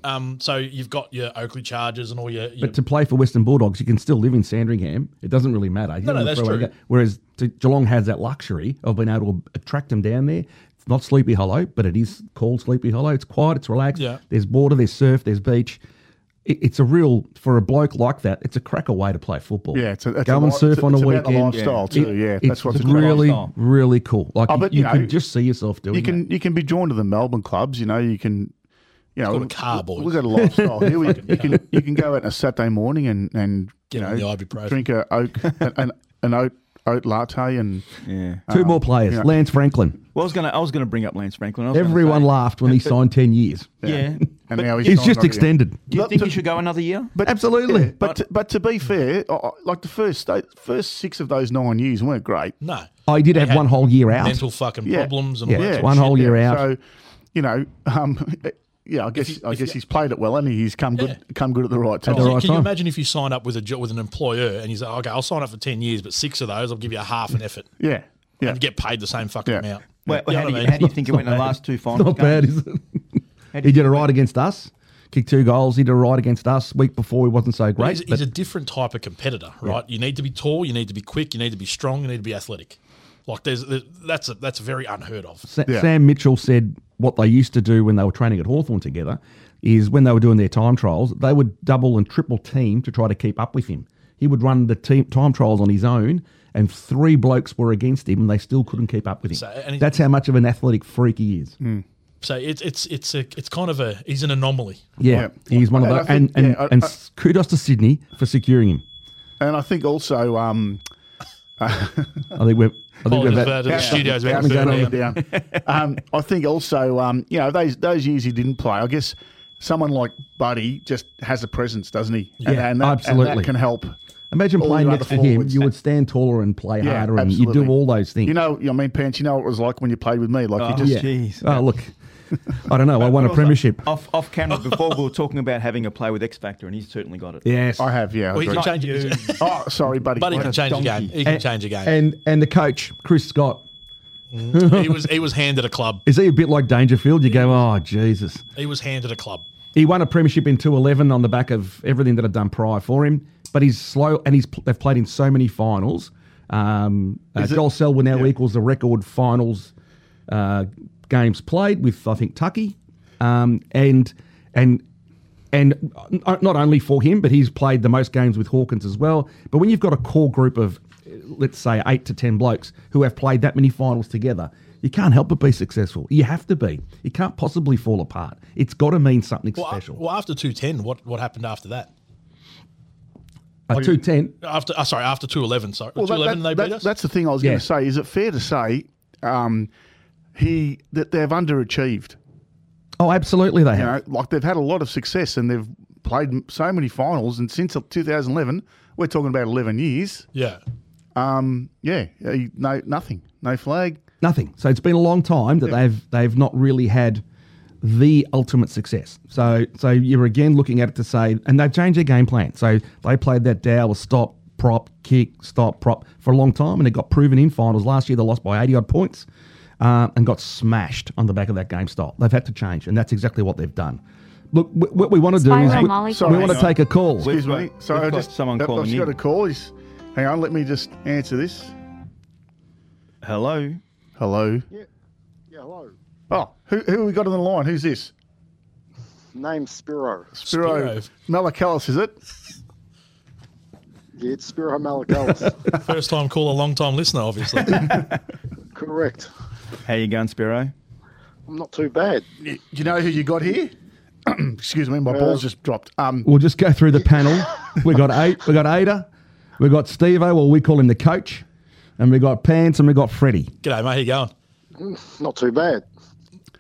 [SPEAKER 1] Um, so you've got your Oakley Chargers and all your, your
[SPEAKER 3] But to play for Western Bulldogs, you can still live in Sandringham. It doesn't really matter. You
[SPEAKER 1] No, no,
[SPEAKER 3] can
[SPEAKER 1] that's
[SPEAKER 3] throw away
[SPEAKER 1] true.
[SPEAKER 3] that- Whereas to Geelong has that luxury of being able to attract them down there. It's not Sleepy Hollow, but it is called Sleepy Hollow. It's quiet, it's relaxed.
[SPEAKER 1] Yeah.
[SPEAKER 3] There's water, there's surf, there's beach. It, it's a real for a bloke like that. It's a cracker way to play football.
[SPEAKER 4] Yeah, it's a- it's
[SPEAKER 3] go
[SPEAKER 4] a
[SPEAKER 3] and
[SPEAKER 4] li-
[SPEAKER 3] surf
[SPEAKER 4] it's-
[SPEAKER 3] on
[SPEAKER 4] it's
[SPEAKER 3] a
[SPEAKER 4] about the
[SPEAKER 3] weekend.
[SPEAKER 4] lifestyle too, yeah,
[SPEAKER 3] it's
[SPEAKER 4] that's what's about the
[SPEAKER 3] really
[SPEAKER 2] lifestyle.
[SPEAKER 3] really cool. Like
[SPEAKER 4] Oh,
[SPEAKER 3] you,
[SPEAKER 4] but,
[SPEAKER 3] you
[SPEAKER 4] you know,
[SPEAKER 3] could just see yourself doing.
[SPEAKER 4] You can you can be drawn to the Melbourne clubs. You know you can. You know,
[SPEAKER 1] called a car, boys.
[SPEAKER 4] We've got a lifestyle here. We, you can you can go out on a Saturday morning and and
[SPEAKER 1] Get
[SPEAKER 4] you
[SPEAKER 1] on
[SPEAKER 4] know,
[SPEAKER 1] the ibuprofen.
[SPEAKER 4] drink a oak an, an oat oat latte and
[SPEAKER 2] Yeah.
[SPEAKER 3] that. two more players.
[SPEAKER 4] uh, yeah.
[SPEAKER 3] Lance Franklin.
[SPEAKER 2] Well, I was gonna I was gonna bring up Lance Franklin. I was gonna
[SPEAKER 3] Everyone
[SPEAKER 2] say-
[SPEAKER 3] laughed when he signed ten years.
[SPEAKER 2] Yeah.
[SPEAKER 4] and now he's,
[SPEAKER 3] He's
[SPEAKER 4] signed
[SPEAKER 3] just
[SPEAKER 4] on again.
[SPEAKER 3] extended.
[SPEAKER 2] Do you
[SPEAKER 4] But
[SPEAKER 2] think
[SPEAKER 4] to-
[SPEAKER 2] he should go another year?
[SPEAKER 4] But
[SPEAKER 3] Absolutely.
[SPEAKER 4] yeah, but to, but to be fair, I- I- like the first sta- first six of those nine years weren't great.
[SPEAKER 1] no
[SPEAKER 3] I did have
[SPEAKER 1] had
[SPEAKER 3] one whole year out.
[SPEAKER 1] mental fucking
[SPEAKER 4] Yeah.
[SPEAKER 1] problems and all
[SPEAKER 3] Oh, Yeah.
[SPEAKER 1] that.
[SPEAKER 3] it's one whole year out.
[SPEAKER 4] So, you know, um, yeah, I guess
[SPEAKER 1] you-
[SPEAKER 4] I
[SPEAKER 1] if you-
[SPEAKER 4] guess he's played it well, and he's come good
[SPEAKER 1] Yeah.
[SPEAKER 4] come good at the right time.
[SPEAKER 3] the
[SPEAKER 1] Can,
[SPEAKER 3] right
[SPEAKER 1] can you
[SPEAKER 3] time.
[SPEAKER 1] imagine if you sign up with a jo- with an employer and you say, "Okay, I'll sign up for ten years, but six of those I'll give you a half an effort
[SPEAKER 4] yeah, yeah.
[SPEAKER 1] and get paid the same fucking
[SPEAKER 4] Yeah.
[SPEAKER 1] amount."
[SPEAKER 2] Well,
[SPEAKER 1] You know
[SPEAKER 2] how,
[SPEAKER 1] what
[SPEAKER 2] do
[SPEAKER 1] I
[SPEAKER 2] you,
[SPEAKER 1] mean?
[SPEAKER 2] how do you think it went in the last two finals?
[SPEAKER 3] Not bad,
[SPEAKER 2] games?
[SPEAKER 3] is it?
[SPEAKER 2] How do
[SPEAKER 3] He
[SPEAKER 2] you
[SPEAKER 3] did it
[SPEAKER 2] think-
[SPEAKER 3] right against us. Kicked two goals. He did it right against us. Week before, he wasn't so
[SPEAKER 1] But
[SPEAKER 3] great.
[SPEAKER 1] he's,
[SPEAKER 3] but
[SPEAKER 1] he's a different type of competitor, right? You need to be tall, you need to be quick, you need to be strong, you need to be athletic. Like there's, there's that's a, that's very unheard of.
[SPEAKER 3] Sa-
[SPEAKER 4] yeah.
[SPEAKER 3] Sam Mitchell said what they used to do when they were training at Hawthorn together is when they were doing their time trials, they would double and triple team to try to keep up with him. He would run the team, time trials on his own, and three blokes were against him, and they still couldn't keep up with him.
[SPEAKER 1] So, and he-
[SPEAKER 3] That's how much of an athletic freak he is.
[SPEAKER 1] So it's it's it's a it's kind of a he's an anomaly.
[SPEAKER 3] Yeah, he's one of
[SPEAKER 4] And I
[SPEAKER 3] those. And,
[SPEAKER 4] think-
[SPEAKER 3] and,
[SPEAKER 4] yeah, I-
[SPEAKER 3] and
[SPEAKER 4] I-
[SPEAKER 3] s- kudos to Sydney for securing him.
[SPEAKER 4] And I think also, um,
[SPEAKER 3] I think we're. I think
[SPEAKER 1] Apologies
[SPEAKER 3] we're
[SPEAKER 1] for that,
[SPEAKER 3] about,
[SPEAKER 1] uh, the studios about
[SPEAKER 4] Down,
[SPEAKER 1] to
[SPEAKER 4] down,
[SPEAKER 1] burn down.
[SPEAKER 4] down. Um, I think also, um, you know, those those years he didn't play. I guess someone like Buddy just has a presence, doesn't he? And,
[SPEAKER 3] Yeah,
[SPEAKER 4] and that, And
[SPEAKER 3] absolutely.
[SPEAKER 4] that can help.
[SPEAKER 3] imagine
[SPEAKER 4] all
[SPEAKER 3] playing
[SPEAKER 4] your
[SPEAKER 3] next
[SPEAKER 4] other
[SPEAKER 3] to him.
[SPEAKER 4] forwards.
[SPEAKER 3] You would stand taller and play
[SPEAKER 4] Yeah,
[SPEAKER 3] harder, and you
[SPEAKER 4] absolutely.
[SPEAKER 3] do all those things.
[SPEAKER 4] You know, I mean, Pants, you know what it was like when you played with me. Like you
[SPEAKER 2] Oh,
[SPEAKER 4] just
[SPEAKER 3] yeah.
[SPEAKER 2] Jeez.
[SPEAKER 3] Oh, look. I don't know. I won a
[SPEAKER 2] Also,
[SPEAKER 3] premiership.
[SPEAKER 2] Off, off camera before we were talking about having a play with X Factor, and he's certainly got it.
[SPEAKER 3] Yes.
[SPEAKER 4] I have, yeah. I
[SPEAKER 1] Well, he
[SPEAKER 4] agree.
[SPEAKER 1] can change it.
[SPEAKER 4] oh, sorry, Buddy.
[SPEAKER 1] But he can
[SPEAKER 4] What a
[SPEAKER 1] change the
[SPEAKER 4] donkey.
[SPEAKER 1] game. He can change the game.
[SPEAKER 3] And and the coach, Chris Scott,
[SPEAKER 1] he was he was handed a club.
[SPEAKER 3] is he a bit like Dangerfield? You go, oh Jesus.
[SPEAKER 1] He was handed a club.
[SPEAKER 3] He won a premiership in 211 on the back of everything that I've done prior for him, but he's slow and he's pl- they've played in so many finals. Um, uh, Joel Selwyn now equals the record finals uh, games played with I think Tucky, um, and and and uh, not only for him, but he's played the most games with Hawkins as well. But when you've got a core group of, uh, let's say, eight to ten blokes who have played that many finals together, you can't help but be successful. You have to be. It can't possibly fall apart. It's got to mean something
[SPEAKER 1] Well, a-
[SPEAKER 3] special.
[SPEAKER 1] well, after two ten, what what happened after that?
[SPEAKER 3] a two ten.
[SPEAKER 1] After uh, sorry, after two eleven. Sorry,
[SPEAKER 4] Well,
[SPEAKER 1] two
[SPEAKER 4] that-
[SPEAKER 1] eleven.
[SPEAKER 4] that-
[SPEAKER 1] They
[SPEAKER 4] that-
[SPEAKER 1] beat us.
[SPEAKER 4] That's the thing I was
[SPEAKER 3] Yeah.
[SPEAKER 4] going to say. Is it fair to say um, he that they've underachieved?
[SPEAKER 3] Oh, absolutely they
[SPEAKER 4] You
[SPEAKER 3] have.
[SPEAKER 4] know, like they've had a lot of success and they've played m- so many finals, and since 2011, we're talking about 11 years.
[SPEAKER 1] yeah.
[SPEAKER 4] Um, yeah, he- no, nothing, no flag.
[SPEAKER 3] Nothing. So it's been a long time that they've they've not really had the ultimate success. So so you're again looking at it to say, and they've changed their game plan. So they played that Dow was stop, prop, kick, stop, prop for a long time, and it got proven in finals. Last year they lost by 80 odd points uh, and got smashed on the back of that game style. They've had to change, and that's exactly what they've done. Look, wh- what we want to do is
[SPEAKER 5] Spyro
[SPEAKER 3] we,
[SPEAKER 5] Molly
[SPEAKER 4] Sorry,
[SPEAKER 3] want to
[SPEAKER 4] hang on.
[SPEAKER 3] take a call.
[SPEAKER 4] Excuse
[SPEAKER 2] We've
[SPEAKER 4] me.
[SPEAKER 2] got-
[SPEAKER 4] Sorry, I
[SPEAKER 2] we've got
[SPEAKER 4] just
[SPEAKER 2] someone
[SPEAKER 4] that-
[SPEAKER 2] calling
[SPEAKER 4] I've just got
[SPEAKER 2] in.
[SPEAKER 4] a call. He's, hang on, let me just answer this.
[SPEAKER 2] Hello.
[SPEAKER 4] Hello.
[SPEAKER 6] Yeah, hello.
[SPEAKER 4] Oh, who who we got on the line? Who's this?
[SPEAKER 6] Name's Spiro.
[SPEAKER 4] Spiro,
[SPEAKER 1] Spiro.
[SPEAKER 4] Malakalis, is it?
[SPEAKER 6] Yeah, it's Spiro Malakalis.
[SPEAKER 1] First time caller, long time listener, obviously.
[SPEAKER 6] Correct.
[SPEAKER 2] How you going, Spiro?
[SPEAKER 6] I'm not too bad.
[SPEAKER 4] Do you know who you got here? Excuse me,
[SPEAKER 3] Uh,
[SPEAKER 4] my balls just dropped. Um,
[SPEAKER 3] We'll just go through the panel. we got eight. We got Ada. We got Steve O. Well, we call him the coach, and we got Pants, and we got Freddie.
[SPEAKER 1] G'day, mate. How you going?
[SPEAKER 6] Not too bad.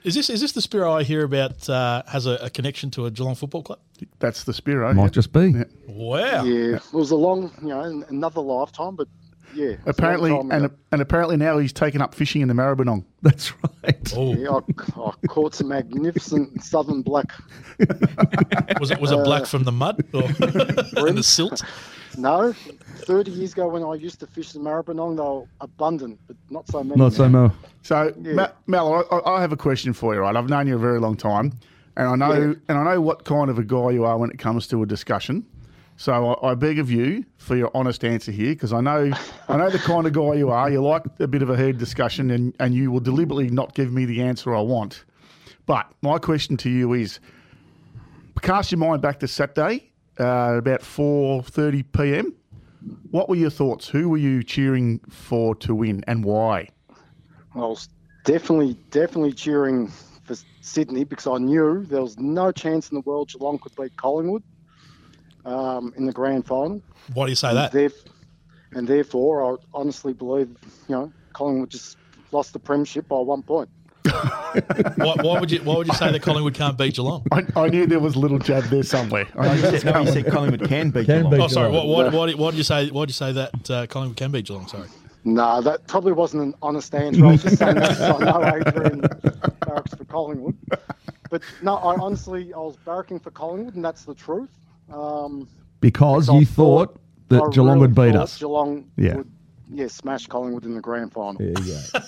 [SPEAKER 1] Is this is this the Spiro I hear about uh, has a, a connection to a Geelong Football Club?
[SPEAKER 4] that's the Spiro.
[SPEAKER 3] Might just be.
[SPEAKER 1] Wow.
[SPEAKER 6] Yeah, it was a long, you know, an- another lifetime, but yeah. it's a long
[SPEAKER 4] Apparently,
[SPEAKER 6] time
[SPEAKER 4] and
[SPEAKER 6] ago.
[SPEAKER 4] and apparently now he's taken up fishing in the Maribyrnong.
[SPEAKER 3] That's right.
[SPEAKER 1] Oh,
[SPEAKER 6] yeah, I, I caught some magnificent southern black.
[SPEAKER 1] was it was it black from the mud or and the silt?
[SPEAKER 6] No, 30 years ago when I used to fish the Maribyrnong, they were abundant, but not so many.
[SPEAKER 3] Not so
[SPEAKER 6] now.
[SPEAKER 3] much.
[SPEAKER 4] So, Ma- Mal, I, I have a question for you, right? I've known you a very long time, and I know
[SPEAKER 6] Yeah.
[SPEAKER 4] and I know what kind of a guy you are when it comes to a discussion. So, I, I beg of you for your honest answer here, because I know I know the kind of guy you are. You like a bit of a head discussion, and and you will deliberately not give me the answer I want. But my question to you is: cast your mind back to Saturday, uh, about four thirty p.m. What were your thoughts? Who were you cheering for to win, and why?
[SPEAKER 6] I was definitely, definitely cheering for Sydney because I knew there was no chance in the world Geelong could beat Collingwood um, in the grand final.
[SPEAKER 1] Why do you
[SPEAKER 3] Uh,
[SPEAKER 1] say that?
[SPEAKER 6] Theref- and therefore, I honestly believe, you know, Collingwood just lost the premiership by one point.
[SPEAKER 1] Why, why would you why would you say that Collingwood can't beat Geelong?
[SPEAKER 4] I, I knew there was a little jab there somewhere. I knew
[SPEAKER 2] He said, no, he said Collingwood can beat
[SPEAKER 3] Can
[SPEAKER 2] Geelong.
[SPEAKER 3] beat
[SPEAKER 1] Oh, sorry. Why,
[SPEAKER 3] Geelong.
[SPEAKER 1] why, why, did- why did you say why did you say that uh, Collingwood can beat Geelong? Sorry.
[SPEAKER 6] No, that probably wasn't an honest answer. I was just saying that 'cause I know Adrian barracks for Collingwood. But no, I honestly, I was barracking for Collingwood, and that's the truth. Um,
[SPEAKER 3] Because
[SPEAKER 6] So I
[SPEAKER 3] you thought that
[SPEAKER 6] I
[SPEAKER 3] Geelong would
[SPEAKER 6] really
[SPEAKER 3] beat
[SPEAKER 6] thought
[SPEAKER 3] us.
[SPEAKER 6] Geelong
[SPEAKER 3] Yeah.
[SPEAKER 6] would, yeah, smash Collingwood in the grand final.
[SPEAKER 3] There you go.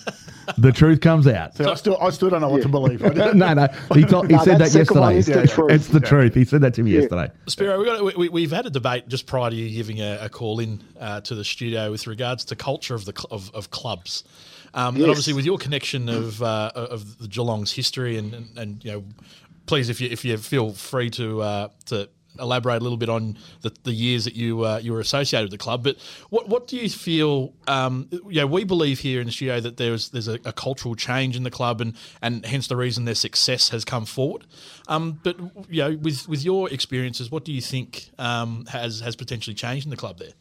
[SPEAKER 3] the truth comes out.
[SPEAKER 4] So I still, I still don't know what to believe. I
[SPEAKER 3] no,
[SPEAKER 4] didn't-
[SPEAKER 3] no. He, told, he
[SPEAKER 6] No,
[SPEAKER 3] said that
[SPEAKER 6] that second
[SPEAKER 3] yesterday.
[SPEAKER 6] one is the
[SPEAKER 4] Yeah, yeah.
[SPEAKER 6] truth.
[SPEAKER 3] It's the truth. He said that to me yesterday.
[SPEAKER 1] Spiro, we got, we, we've had a debate just prior to you giving a, a call in uh, to the studio with regards to culture of the cl- of, of clubs, um, and
[SPEAKER 6] Yes.
[SPEAKER 1] obviously with your connection of uh, of the Geelong's history and, and, and you know, please if you if you feel free to uh, to elaborate a little bit on the, the years that you uh, you were associated with the club, but what what do you feel? Um, you know, we believe here in the studio that there's there's a, a cultural change in the club, and and hence the reason their success has come forward. Um, but you know, with with your experiences, what do you think um, has has potentially changed in the club there?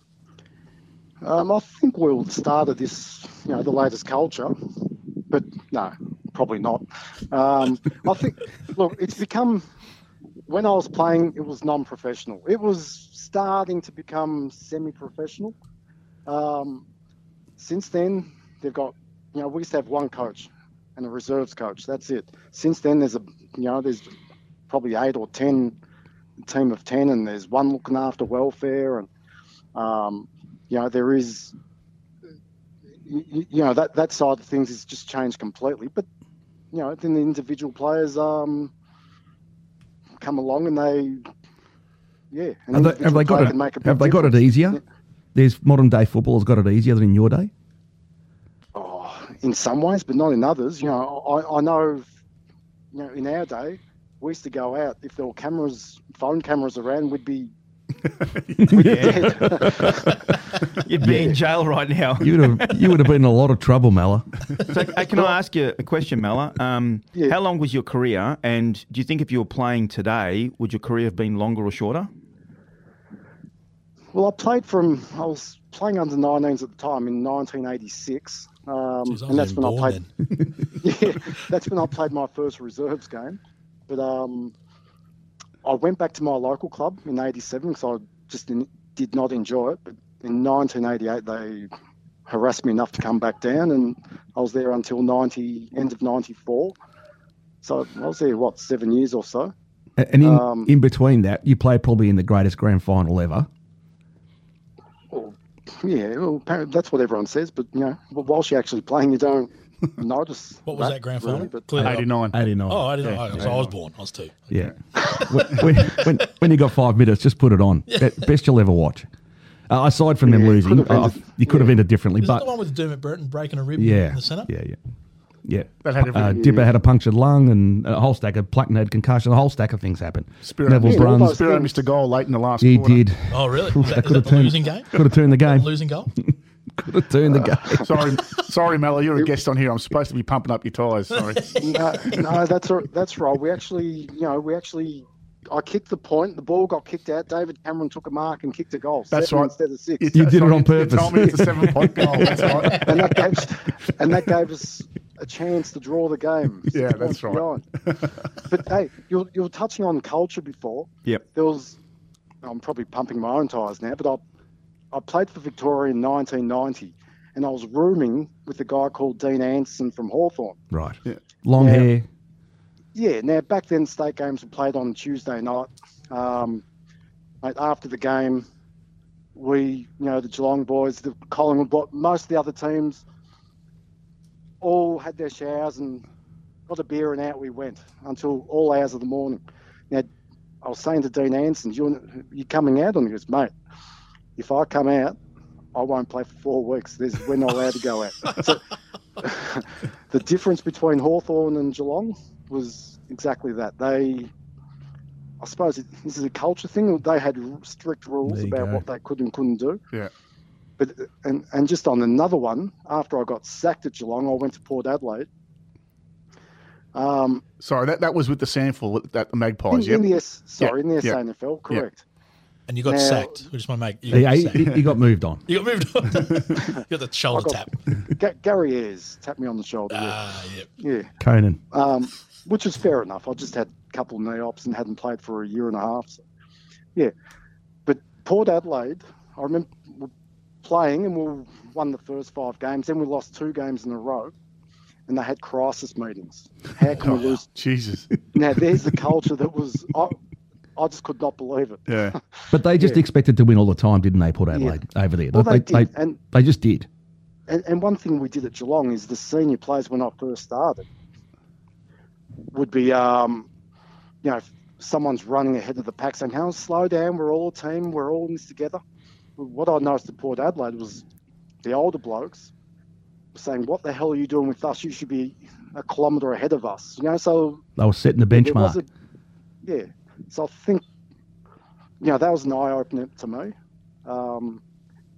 [SPEAKER 6] Um, I think we'll start at this, you know, the latest culture, but no, probably not. Um, I think, look, it's become, when I was playing, it was non professional. It was starting to become semi professional. Um, since then, they've got, you know, we used to have one coach and a reserves coach. That's it. Since then, there's a, you know, there's probably eight or 10, team of 10, and there's one looking after welfare and, um, you know there is you, you know that that side of things has just changed completely but you know then the individual players um come along and they yeah an
[SPEAKER 3] Have they,
[SPEAKER 6] individual
[SPEAKER 3] have they got
[SPEAKER 6] player
[SPEAKER 3] it?
[SPEAKER 6] can make a big
[SPEAKER 3] Have they got it
[SPEAKER 6] difference.
[SPEAKER 3] easier? There's modern day football has got it easier than in your day.
[SPEAKER 6] oh, in some ways but not in others you know I, I know you know in our day we used to go out if there were cameras phone cameras around we'd be
[SPEAKER 2] Yeah. You'd be in jail right now.
[SPEAKER 3] You would have you would have been in a lot of trouble, Mella.
[SPEAKER 2] So, uh, can I ask you a question, Mella? Um,
[SPEAKER 6] Yeah.
[SPEAKER 2] How long was your career? And do you think if you were playing today, would your career have been longer or shorter?
[SPEAKER 6] Well, I played from I was playing under 19s at the time in 1986, um,
[SPEAKER 1] Jeez, I
[SPEAKER 6] and that's
[SPEAKER 1] wasn't
[SPEAKER 6] when I
[SPEAKER 1] even
[SPEAKER 6] played.
[SPEAKER 1] born
[SPEAKER 6] yeah, that's when I played my first reserves game. But um, I went back to my local club in '87 because I just didn't, did not enjoy it. But in 1988, they harassed me enough to come back down, and I was there until 90 end of '94. So I was there, what, seven years or so?
[SPEAKER 3] A- And in,
[SPEAKER 6] Um,
[SPEAKER 3] in between that, you played probably in the greatest grand final ever.
[SPEAKER 6] Well, yeah, well, apparently that's what everyone says, but, you know, wh- whilst you're actually playing, you don't notice.
[SPEAKER 1] What was that grand
[SPEAKER 6] really,
[SPEAKER 1] final?
[SPEAKER 6] but-
[SPEAKER 1] Clear it up.
[SPEAKER 4] 89.
[SPEAKER 3] 89.
[SPEAKER 1] Oh, I didn't. know. so I was born. I was two.
[SPEAKER 3] Yeah. when, when, when- when you got five minutes, just put it on. Be- best you'll ever watch. Uh, aside from them
[SPEAKER 6] Yeah, it
[SPEAKER 3] losing,
[SPEAKER 6] could have
[SPEAKER 3] uh,
[SPEAKER 6] ended-
[SPEAKER 3] you could have ended differently.
[SPEAKER 1] Is that
[SPEAKER 3] but
[SPEAKER 1] the one with Dermot Burton breaking a rib
[SPEAKER 3] yeah,
[SPEAKER 1] in the centre?
[SPEAKER 3] yeah, yeah, yeah.
[SPEAKER 4] That had
[SPEAKER 3] Uh,
[SPEAKER 4] everything.
[SPEAKER 3] Dipper had a punctured lung and a whole stack of Platten had concussion. A whole stack of things happened.
[SPEAKER 4] Spiro,
[SPEAKER 3] Neville
[SPEAKER 4] yeah,
[SPEAKER 3] Bruns,
[SPEAKER 6] those-
[SPEAKER 4] Spiro missed a goal late in the last
[SPEAKER 3] he
[SPEAKER 4] quarter.
[SPEAKER 3] did.
[SPEAKER 1] Oh, really? Is that, is
[SPEAKER 3] could
[SPEAKER 1] that
[SPEAKER 3] have
[SPEAKER 1] the
[SPEAKER 3] turned-
[SPEAKER 1] losing game?
[SPEAKER 3] Could have turned the game.
[SPEAKER 1] Losing goal?
[SPEAKER 3] Could have turned the game.
[SPEAKER 4] Sorry, sorry, Mello, you're a guest on here. I'm supposed to be pumping up your tyres. Sorry.
[SPEAKER 6] no, no, that's all- that's right. We actually, you know, we actually, I kicked the point. The ball got kicked out. David Cameron took a mark and kicked a goal.
[SPEAKER 4] That's
[SPEAKER 6] seven
[SPEAKER 4] right.
[SPEAKER 6] Instead of six,
[SPEAKER 3] You did it on
[SPEAKER 4] You told me
[SPEAKER 3] purpose.
[SPEAKER 4] it's a seven point goal. That's right.
[SPEAKER 6] and that gave, and that gave us a chance to draw the game.
[SPEAKER 4] Yeah, that's right.
[SPEAKER 6] Beyond. But hey, you you were touching on culture before.
[SPEAKER 2] Yep.
[SPEAKER 6] There was, I'm probably pumping my own tires now, but I, I played for Victoria in 1990, and I was rooming with a guy called Dean Anderson from Hawthorn.
[SPEAKER 3] Right. Long
[SPEAKER 6] Yeah.
[SPEAKER 3] hair.
[SPEAKER 6] Yeah, now back then state games were played on Tuesday night. Um, mate, after the game, we, you know, the Geelong boys, the Collingwood, but most of the other teams all had their showers and got a beer and out we went until all hours of the morning. Now, I was saying to Dean Anson, you're, you're coming out on me. He goes, mate, if I come out, I won't play for four weeks. There's, we're not allowed to go out. So, the difference between Hawthorn and Geelong was exactly that. They, I suppose, it, this is a culture thing. They had r- strict rules
[SPEAKER 3] There you
[SPEAKER 6] about
[SPEAKER 3] go.
[SPEAKER 6] what they could and couldn't do.
[SPEAKER 4] Yeah.
[SPEAKER 6] But and and just on another one, after I got sacked at Geelong, I went to Port Adelaide. Um,
[SPEAKER 4] Sorry, that, that was with the sample that the
[SPEAKER 6] in,
[SPEAKER 4] Magpies.
[SPEAKER 6] in
[SPEAKER 4] Yep.
[SPEAKER 6] the S, sorry, in the
[SPEAKER 4] yeah.
[SPEAKER 6] SANFL, correct.
[SPEAKER 1] And you got
[SPEAKER 6] Now-
[SPEAKER 1] sacked. We just want to make you
[SPEAKER 3] He,
[SPEAKER 1] got,
[SPEAKER 3] he,
[SPEAKER 1] sacked.
[SPEAKER 3] he got moved on.
[SPEAKER 1] You got moved on. you got the shoulder
[SPEAKER 6] I got-
[SPEAKER 1] tap.
[SPEAKER 6] Ga- Gary Ayres tapped me on the shoulder.
[SPEAKER 1] Ah, yeah.
[SPEAKER 6] yeah. yeah.
[SPEAKER 3] Conan.
[SPEAKER 6] um, which is fair enough. I just had a couple of knee ops and hadn't played for a year and a half. So, yeah, but Port Adelaide, I remember we were playing and we won the first five games. Then we lost two games in a row, and they had crisis meetings. How can we lose?
[SPEAKER 4] Jesus.
[SPEAKER 6] Now there's the culture that was. I, I just could not believe it.
[SPEAKER 4] Yeah.
[SPEAKER 3] But they just expected to win all the time, didn't they, Port Adelaide, over there?
[SPEAKER 6] Well, they,
[SPEAKER 3] they,
[SPEAKER 6] did, and
[SPEAKER 3] they just did.
[SPEAKER 6] And, and one thing we did at Geelong is the senior players when I first started would be, um, you know, if someone's running ahead of the pack saying, "How slow down? We're all a team. We're all in this together." What I noticed at Port Adelaide was the older blokes were saying, "What the hell are you doing with us? You should be a kilometre ahead of us." You know, so
[SPEAKER 3] They were setting the
[SPEAKER 6] there was
[SPEAKER 3] benchmark.
[SPEAKER 6] a, yeah. So I think, you know, that was an eye opener to me. Um,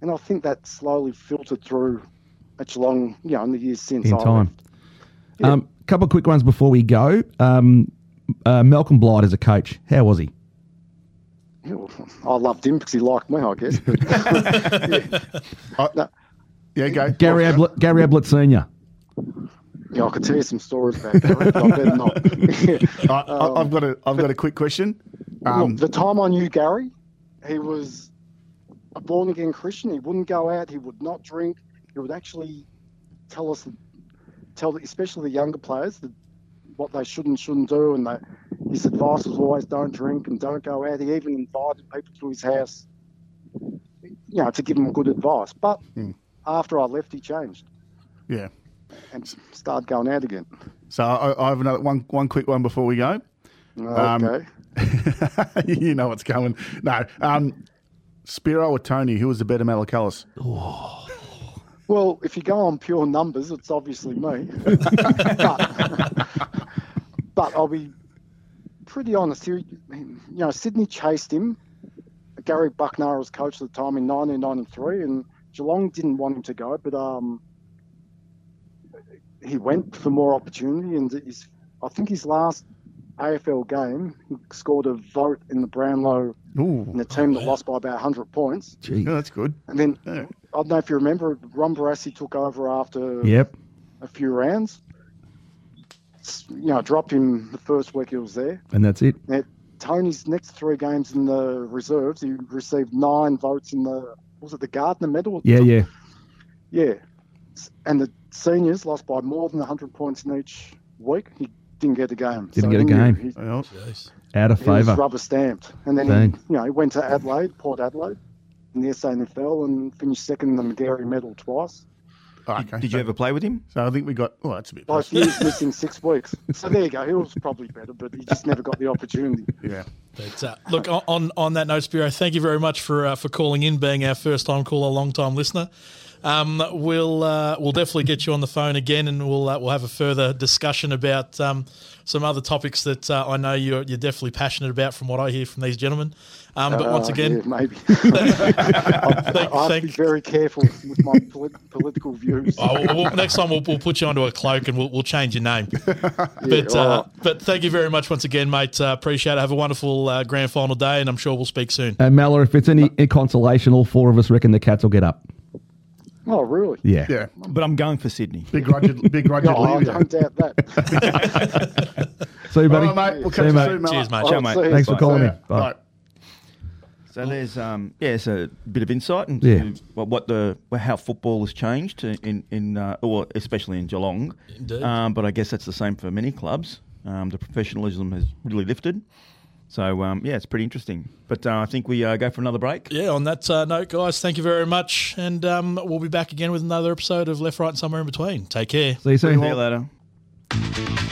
[SPEAKER 6] and I think that slowly filtered through at Geelong, you know, in the years since.
[SPEAKER 3] In
[SPEAKER 6] I
[SPEAKER 3] time.
[SPEAKER 6] left.
[SPEAKER 3] A um, couple of quick ones before we go. Um, uh, Malcolm Blight as a coach, how was he?
[SPEAKER 6] Yeah, well, I loved him because he liked me, I guess. But
[SPEAKER 4] Yeah, go.
[SPEAKER 3] Gary
[SPEAKER 6] Oh,
[SPEAKER 3] Ablett, Gary Ablett Senior.
[SPEAKER 6] you know, I could tell you some stories about Gary, but I better not.
[SPEAKER 4] I, I, I've got a I've got a quick question. Um,
[SPEAKER 6] Look, the time I knew Gary, he was a born again Christian. He wouldn't go out. He would not drink. He would actually tell us, tell the- especially the younger players, the, what they should and shouldn't do. And they, his advice was always don't drink and don't go out. He even invited people to his house, you know, to give him good advice. But
[SPEAKER 4] Hmm.
[SPEAKER 6] after I left, he changed
[SPEAKER 4] yeah.
[SPEAKER 6] and started going out again.
[SPEAKER 4] So I, I have another one one quick one before we go. Um,
[SPEAKER 6] Okay.
[SPEAKER 4] you know what's coming. No. Um, Spiro or Tony, who was the better Malacalis?
[SPEAKER 6] Well, if you go on pure numbers, it's obviously me. but, but I'll be pretty honest here. You know, Sydney chased him. Gary Buckner was coach at the time in 1993, and Geelong didn't want him to go, but um, he went for more opportunity. And his, I think his last AFL game, he scored a vote in the Brownlow in
[SPEAKER 4] Ooh.
[SPEAKER 6] the team that lost by about 100 points.
[SPEAKER 4] Yeah, that's good.
[SPEAKER 6] And then
[SPEAKER 4] Yeah.
[SPEAKER 6] I don't know if you remember, Ron Barassi took over after
[SPEAKER 3] Yep.
[SPEAKER 6] a few rounds. S- You know, dropped him the first week he was there.
[SPEAKER 3] And that's it.
[SPEAKER 6] Now, Tony's next three games in the reserves, he received nine votes in the was it the Gardner Medal?
[SPEAKER 3] Yeah, yeah.
[SPEAKER 6] yeah. S- And the seniors lost by more than 100 points in each week. He didn't get a game.
[SPEAKER 3] Didn't get a
[SPEAKER 6] he knew
[SPEAKER 3] game.
[SPEAKER 6] He,
[SPEAKER 4] Well,
[SPEAKER 1] Jeez.
[SPEAKER 3] Out of
[SPEAKER 6] he was
[SPEAKER 3] favour.
[SPEAKER 6] rubber stamped. And then,
[SPEAKER 3] Dang.
[SPEAKER 6] he, you know, he went to Adelaide, Port Adelaide, in the SANFL and finished second in the McGarry medal twice.
[SPEAKER 4] okay.
[SPEAKER 2] Did you ever play with him?
[SPEAKER 4] So I think we got. Oh, that's a bit.
[SPEAKER 6] Like he was missing six weeks. So there you go. He was probably better, but he just never got the opportunity.
[SPEAKER 4] Yeah.
[SPEAKER 1] But uh, look, on- on on that note, Spiro, thank you very much for uh, for calling in, being our first time caller, long time listener. Um, we'll uh, we'll definitely get you on the phone again, and we'll uh, we'll have a further discussion about um, some other topics that uh, I know you're you're definitely passionate about, from what I hear from these gentlemen. Um, but once
[SPEAKER 6] Uh,
[SPEAKER 1] again,
[SPEAKER 6] yeah, maybe. I,
[SPEAKER 1] thank,
[SPEAKER 6] I have to be
[SPEAKER 1] thank,
[SPEAKER 6] very careful with my polit- political views.
[SPEAKER 1] Oh, well, we'll- next time we'll, we'll put you onto a cloak and we'll, we'll change your name. But
[SPEAKER 6] all
[SPEAKER 1] uh,
[SPEAKER 6] right.
[SPEAKER 1] but thank you very much once again, mate. Uh, appreciate it. Have a wonderful uh, grand final day, and I'm sure we'll speak soon.
[SPEAKER 3] And Mallor, Uh, if it's any consolation, all four of us reckon the cats will get up.
[SPEAKER 6] Oh, really?
[SPEAKER 3] Yeah.
[SPEAKER 4] Yeah.
[SPEAKER 2] But I'm going for Sydney.
[SPEAKER 4] Begrudged, begrudgedly.
[SPEAKER 6] No, I
[SPEAKER 4] yeah.
[SPEAKER 6] don't doubt that.
[SPEAKER 3] See you,
[SPEAKER 4] All
[SPEAKER 3] buddy.
[SPEAKER 4] right, mate. We'll
[SPEAKER 3] See
[SPEAKER 4] catch
[SPEAKER 3] you,
[SPEAKER 4] you
[SPEAKER 3] mate.
[SPEAKER 4] soon, mate.
[SPEAKER 1] Cheers, mate.
[SPEAKER 6] All right,
[SPEAKER 2] mate.
[SPEAKER 6] see you.
[SPEAKER 3] Thanks for
[SPEAKER 6] Bye.
[SPEAKER 3] calling
[SPEAKER 4] Yeah.
[SPEAKER 3] in. Bye.
[SPEAKER 4] Right.
[SPEAKER 2] So there's um yeah, it's a bit of insight into
[SPEAKER 3] Yeah.
[SPEAKER 2] what, what the well, how football has changed in in uh, or especially in Geelong.
[SPEAKER 1] Indeed.
[SPEAKER 2] Um, but I guess that's the same for many clubs. Um, the professionalism has really lifted. So um, yeah, it's pretty interesting. But uh, I think we uh, go for another break.
[SPEAKER 1] Yeah, on that uh, note, guys, thank you very much. And um, we'll be back again with another episode of Left, Right, and Somewhere in Between. Take care.
[SPEAKER 3] See you soon.
[SPEAKER 2] See you later.